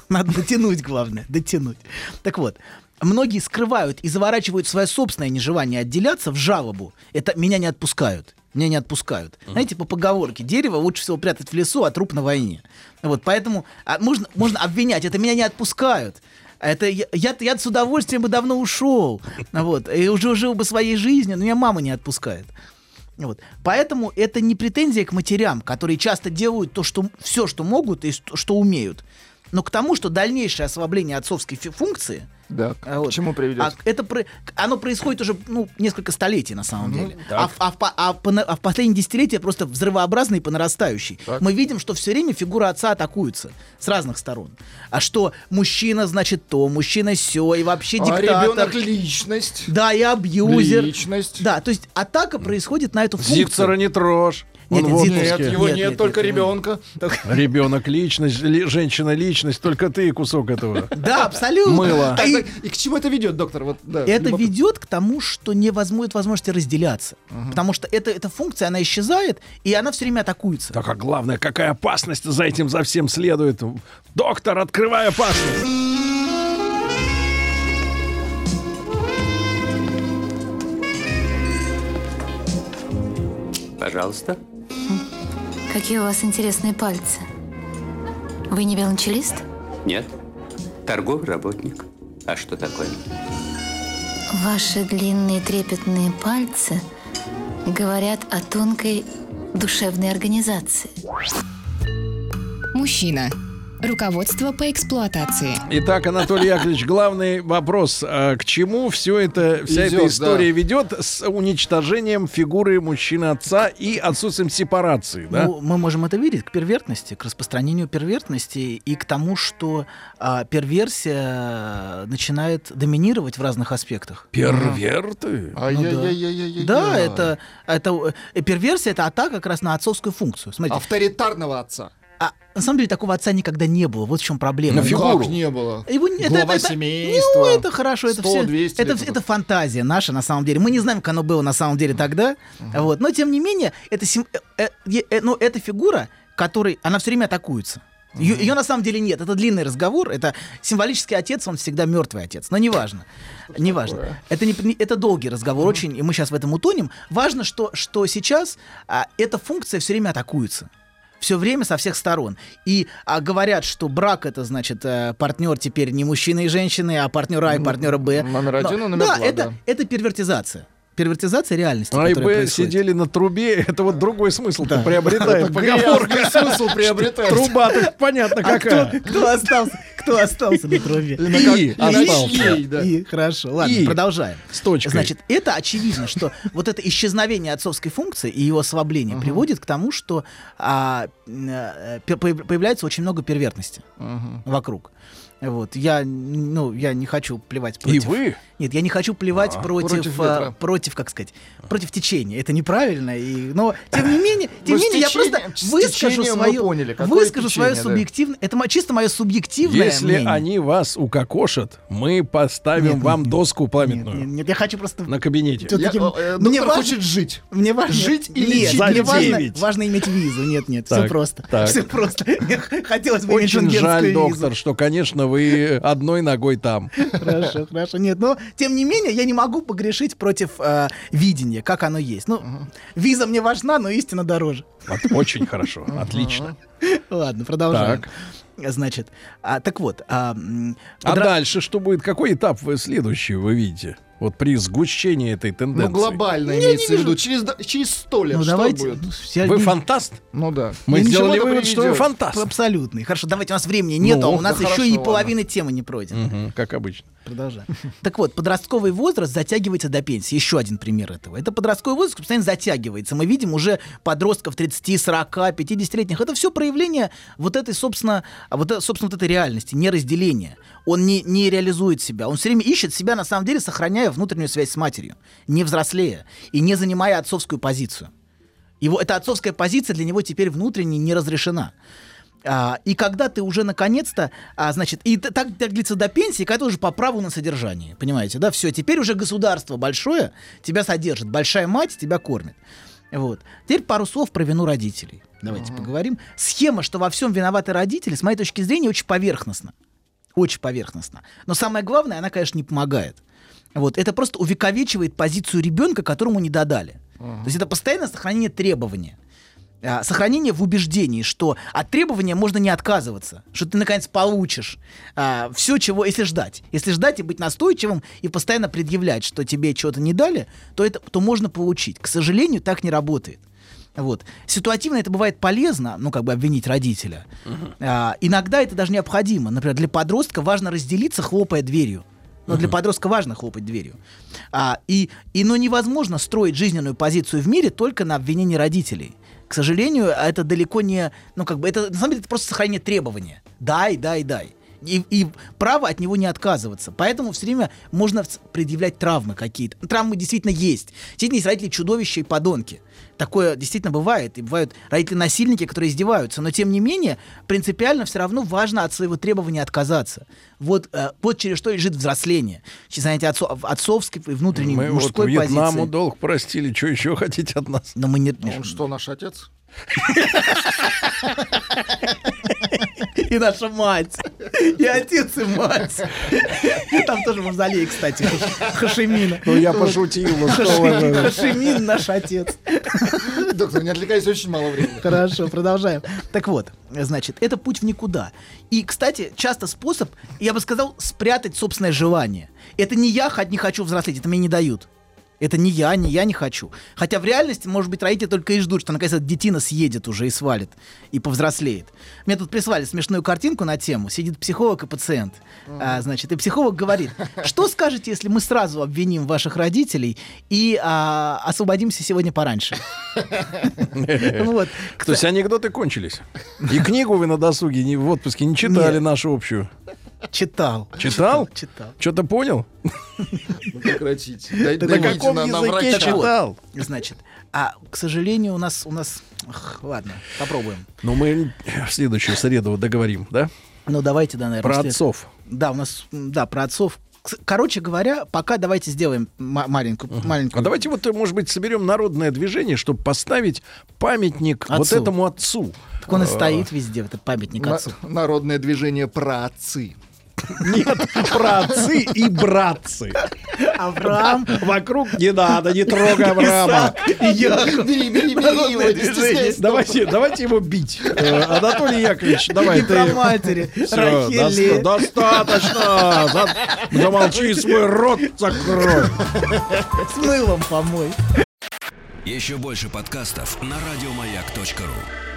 Speaker 5: Надо дотянуть, главное, дотянуть. Так вот, многие скрывают и заворачивают свое собственное нежелание отделяться в жалобу. Это «меня не отпускают». Меня не отпускают. Знаете, по поговорке, дерево лучше всего прятать в лесу, а труп на войне. Вот, поэтому а, можно, можно обвинять, это меня не отпускают. А Это я, я, я с удовольствием бы давно ушел. Вот, и уже жил бы своей жизнью, но меня мама не отпускает. Вот. Поэтому это не претензия к матерям, которые часто делают то, что все, что могут и что, что умеют, но к тому, что дальнейшее ослабление отцовской фи- функции,
Speaker 4: Да.
Speaker 5: а вот.
Speaker 4: К чему
Speaker 5: а
Speaker 4: приведет?
Speaker 5: это про- оно происходит уже ну, несколько столетий на
Speaker 4: Ну
Speaker 5: самом деле, а, в- а в, по- а в пона- а в последние десятилетия просто взрывообразный по нарастающей. Мы видим, что все время фигура отца атакуется с разных сторон, а что мужчина значит то, мужчина все и вообще
Speaker 4: А
Speaker 5: диктатор.
Speaker 4: ребенок личность.
Speaker 5: Да, и абьюзер.
Speaker 4: Личность.
Speaker 5: Да, то есть атака происходит на эту функцию.
Speaker 3: Зипцера не трожь.
Speaker 5: Нет,
Speaker 3: Он
Speaker 5: нет,
Speaker 3: в
Speaker 5: Зитлер-
Speaker 3: отпуске.
Speaker 4: Нет, его
Speaker 5: нет,
Speaker 4: нет,
Speaker 5: нет,
Speaker 4: только
Speaker 5: нет, его
Speaker 4: ребенка.
Speaker 3: Ребенок личность, ли- женщина личность, только ты кусок этого.
Speaker 5: Да, абсолютно.
Speaker 3: Мыло.
Speaker 4: Так,
Speaker 5: И
Speaker 4: так, А И к чему это ведет, доктор? Вот, да,
Speaker 5: это
Speaker 4: любопытно.
Speaker 5: ведет к тому, что не возможно возможности разделяться. Потому что эта, эта функция, она исчезает, и она все время атакуется.
Speaker 3: Так а главное, какая опасность за этим за всем следует. Доктор, открывай опасность.
Speaker 7: Пожалуйста.
Speaker 1: Какие у вас интересные пальцы. Вы не велончелист?
Speaker 7: Нет. Торговый работник. А что такое?
Speaker 1: Ваши длинные трепетные пальцы говорят о тонкой душевной организации.
Speaker 2: Мужчина. Руководство по эксплуатации.
Speaker 3: Итак, Анатолий Яковлевич, главный вопрос. а к чему все это, вся
Speaker 4: Идёт,
Speaker 3: эта
Speaker 4: да.
Speaker 3: история ведет с уничтожением фигуры мужчины-отца и отсутствием сепарации, да?
Speaker 5: Ну, мы можем это видеть к первертности, к распространению первертности и к тому, что а, перверсия начинает доминировать в разных аспектах. Ну
Speaker 3: Перверты?
Speaker 4: Ну Ай-яй-яй-яй-яй-яй.
Speaker 5: Да, это, это э, перверсия, это атака как раз на отцовскую функцию. Смотрите,
Speaker 4: Авторитарного отца.
Speaker 5: а на самом деле такого отца никогда не было. Вот в чем
Speaker 3: На
Speaker 5: проблема. Ну,
Speaker 3: Ну, фиг-
Speaker 4: Как
Speaker 3: фигуру.
Speaker 4: не было.
Speaker 5: Его не- это-
Speaker 4: Глава
Speaker 5: это- это-
Speaker 4: семейства.
Speaker 5: Ну, это хорошо, это
Speaker 4: 100,
Speaker 5: все.
Speaker 4: 200
Speaker 5: это,
Speaker 4: лет
Speaker 5: это
Speaker 4: назад.
Speaker 5: фантазия наша, на самом деле. Мы не знаем, как оно было на самом деле тогда. Вот. Но тем не менее, это, сим- э, э, э, ну, эта фигура, которой она все время атакуется. Ее, на самом деле нет. Это длинный разговор. Это символический отец, он всегда мертвый отец. Но неважно. Неважно. Это, не, не- это долгий разговор очень, и мы сейчас в этом утонем. Важно, что, что сейчас а, эта функция все время атакуется все время со всех сторон. И а, говорят, что брак это значит э, партнер теперь не мужчина и женщина, а партнер А и партнера Б.
Speaker 4: номер
Speaker 5: Но-
Speaker 4: один и номер
Speaker 5: да,
Speaker 4: два,
Speaker 5: это,
Speaker 4: да.
Speaker 5: это первертизация. Первертизация реальности.
Speaker 3: А и
Speaker 5: которая
Speaker 3: Б
Speaker 5: происходит.
Speaker 3: сидели на трубе, это вот другой смысл ты приобретает.
Speaker 4: Поговорка смысл приобретает.
Speaker 3: Труба тут понятно
Speaker 5: А
Speaker 3: какая.
Speaker 5: кто, кто остался? Кто остался на траве?
Speaker 3: И остался.
Speaker 4: Ей, да.
Speaker 5: А И, хорошо, ладно,
Speaker 3: И.
Speaker 5: продолжаем.
Speaker 3: С точкой.
Speaker 5: Значит, это очевидно, что вот это исчезновение отцовской функции и его ослабление приводит к тому, что а, м, э, пе- появ- появляется очень много первертности вокруг. Вот, я, ну, я не хочу плевать
Speaker 3: И
Speaker 5: против...
Speaker 3: вы?
Speaker 5: Нет, я не хочу плевать против,
Speaker 4: против
Speaker 5: а,
Speaker 4: ветра.
Speaker 5: против, как сказать, против течения. Это неправильно, и, но тем не менее, тем
Speaker 4: Мы Ну,
Speaker 5: не
Speaker 4: с
Speaker 5: менее, я просто
Speaker 4: течением- с
Speaker 5: выскажу
Speaker 4: течением мы
Speaker 5: свое,
Speaker 4: поняли, какое
Speaker 5: выскажу свое
Speaker 4: течение, да.
Speaker 5: субъективное, это мо- чисто мое субъективное
Speaker 3: Если
Speaker 5: мнение.
Speaker 3: они вас укокошат, мы поставим
Speaker 5: Нет,
Speaker 3: вам доску
Speaker 5: Нет,
Speaker 3: пламенную
Speaker 5: нет, нет, я хочу просто
Speaker 3: на кабинете.
Speaker 5: Тё-
Speaker 4: Я-
Speaker 5: Таким-
Speaker 4: э,
Speaker 5: мне
Speaker 4: Доктор
Speaker 5: важно-
Speaker 4: хочет жить.
Speaker 5: Мне важно
Speaker 4: Жить и
Speaker 5: Нет,
Speaker 4: лечить.
Speaker 5: мне
Speaker 3: За
Speaker 5: важно,
Speaker 3: девять.
Speaker 5: важно иметь визу. Нет, нет,
Speaker 3: Так,
Speaker 5: все просто.
Speaker 3: так.
Speaker 5: Все просто. Хотелось бы иметь
Speaker 3: Очень
Speaker 5: шенгенскую
Speaker 3: жаль,
Speaker 5: визу.
Speaker 3: доктор, что, конечно, вы одной ногой там.
Speaker 5: Хорошо, хорошо. Нет, но тем не менее я не могу погрешить против э, видения, как оно есть. Ну, виза мне важна, но истина дороже.
Speaker 3: Вот очень хорошо, отлично.
Speaker 5: Ладно, продолжаем. Значит, а, так вот. А, м,
Speaker 3: А
Speaker 5: подра-
Speaker 3: дальше что будет? Какой этап вы следующий вы видите? Вот при сгущении этой
Speaker 4: Ну,
Speaker 3: тенденции.
Speaker 4: глобально имеется в виду. Через до- через сто лет
Speaker 5: Ну
Speaker 4: что
Speaker 5: давайте.
Speaker 4: будет?
Speaker 5: ну, я
Speaker 3: Вы
Speaker 5: не-
Speaker 3: фантаст?
Speaker 4: Ну да.
Speaker 3: Мы
Speaker 4: И
Speaker 3: сделали
Speaker 4: ничего-то
Speaker 3: вывод, что вы
Speaker 4: приведет.
Speaker 3: фантаст.
Speaker 5: Абсолютный. Хорошо, давайте, у нас времени нет,
Speaker 3: Ну,
Speaker 5: а у
Speaker 4: да
Speaker 5: нас еще
Speaker 4: хорошо,
Speaker 5: и
Speaker 4: ладно.
Speaker 5: половины темы не пройдена.
Speaker 3: Мгм, Как обычно.
Speaker 5: Продолжаем. Так вот, подростковый возраст затягивается до пенсии. Еще один пример этого. Это подростковый возраст постоянно затягивается. Мы видим уже подростков 30, 40, 50-летних. Это все проявление вот этой, собственно, а вот, э- собственно, вот этой реальности, неразделения. Он не, не реализует себя. Он все время ищет себя, на самом деле, сохраняя внутреннюю связь с матерью, не взрослея и не занимая отцовскую позицию. Его, эта отцовская позиция для него теперь внутренне не разрешена. А, и когда ты уже наконец-то, а, значит, и т- так, так длится до пенсии, когда ты уже по праву на содержание, понимаете, да, все, теперь уже государство большое тебя содержит, большая мать тебя кормит. Вот. Теперь пару слов про вину родителей. Давайте поговорим. Схема, что во всем виноваты родители, с моей точки зрения, очень поверхностна. Очень поверхностно. Но самое главное, она, конечно, не помогает. Вот. Это просто увековечивает позицию ребенка, которому не додали. То есть это постоянное сохранение требования. А, Сохранение в убеждении, что от требования можно не отказываться, что ты наконец получишь все, чего, если ждать. Если ждать и быть настойчивым и постоянно предъявлять, что тебе чего-то не дали, то, это, то можно получить. К сожалению, так не работает. Вот. Ситуативно это бывает полезно, ну, как бы обвинить родителя. А, иногда это даже необходимо. Например, для подростка важно разделиться, хлопая дверью. Но для подростка важно хлопать дверью. А, и, и, но невозможно строить жизненную позицию в мире только на обвинении родителей. К а сожалению, это далеко не... Ну, как бы, это, на самом деле, это просто сохранение требования. Дай, дай, дай. И, и право от него не отказываться. Поэтому все время можно вс- предъявлять травмы какие-то. Ну, Травмы действительно есть. Действительно есть родители чудовища и подонки. Такое действительно бывает. И бывают родители-насильники, которые издеваются. Но тем не менее, принципиально все равно важно от своего требования отказаться. Вот, э, вот через что лежит взросление. Через занятие отцо- отцовской и внутренней
Speaker 3: Мы вот
Speaker 5: мужской
Speaker 3: Вьетнаму
Speaker 5: позиции.
Speaker 3: долг простили, что еще хотите от нас?
Speaker 5: Но мы не... ну,
Speaker 4: Он что, наш отец?
Speaker 5: И наша мать. И отец, и мать. Там тоже мавзолей, кстати, Хаш- Хашимина.
Speaker 3: Ну, я пошутил. ну, что
Speaker 5: Хашимин,
Speaker 3: вы.
Speaker 5: Хашимин наш отец.
Speaker 4: Доктор, не отвлекайся, очень мало времени.
Speaker 5: Хорошо, продолжаем. Так вот, значит, это путь в никуда. И, кстати, часто способ, я бы сказал, спрятать собственное желание. Это не я хо- не хочу взрослеть, это мне не дают. Это не я, не я не хочу. Хотя в реальности, может быть, родители только и ждут, что наконец-то детина съедет уже и свалит, и повзрослеет. Мне тут прислали смешную картинку на тему. Сидит психолог и пациент. А, значит, и психолог говорит, что скажете, если мы сразу обвиним ваших родителей и а, освободимся сегодня пораньше? Вот.
Speaker 3: То есть анекдоты кончились. И книгу вы на досуге не- в отпуске не читали
Speaker 5: Нет.
Speaker 3: нашу общую.
Speaker 5: Читал.
Speaker 3: Читал?
Speaker 5: Читал.
Speaker 3: Что-то понял?
Speaker 4: Ну, прекратите. Дай-
Speaker 3: Ты на
Speaker 4: дайте
Speaker 3: каком
Speaker 4: на- на
Speaker 3: языке
Speaker 4: врача.
Speaker 3: читал?
Speaker 5: Значит, а, к сожалению, у нас, у нас... Ах, ладно, попробуем.
Speaker 3: Ну, мы в следующую среду договорим, да?
Speaker 5: Ну, давайте, да, наверное.
Speaker 3: Про
Speaker 5: след-
Speaker 3: отцов.
Speaker 5: Да, у нас, м, да, про отцов. Кс- Короче говоря, пока давайте сделаем ма- маленькую... маленькую...
Speaker 3: А давайте вот, может быть, соберем народное движение, чтобы поставить памятник вот
Speaker 5: Отцу.
Speaker 3: этому отцу.
Speaker 5: Так он и стоит везде, этот памятник
Speaker 4: На-
Speaker 5: отцу.
Speaker 4: Народное движение про отцы.
Speaker 3: Нет, про отцы и братцы.
Speaker 5: Авраам,
Speaker 3: Вокруг не надо, не трогай Авраама.
Speaker 4: Бери, бери, бери его,
Speaker 5: Народное
Speaker 4: не
Speaker 5: движение.
Speaker 4: стесняйся.
Speaker 3: Давайте, давайте его бить. Э, Анатолий Яковлевич, давай.
Speaker 5: и
Speaker 3: ты-
Speaker 5: про матери,
Speaker 3: Всё,
Speaker 5: Рахили.
Speaker 3: доста- достаточно. За- Замолчи, свой рот закрой.
Speaker 5: С мылом помой.
Speaker 6: Еще больше подкастов на радиомаяк.ру.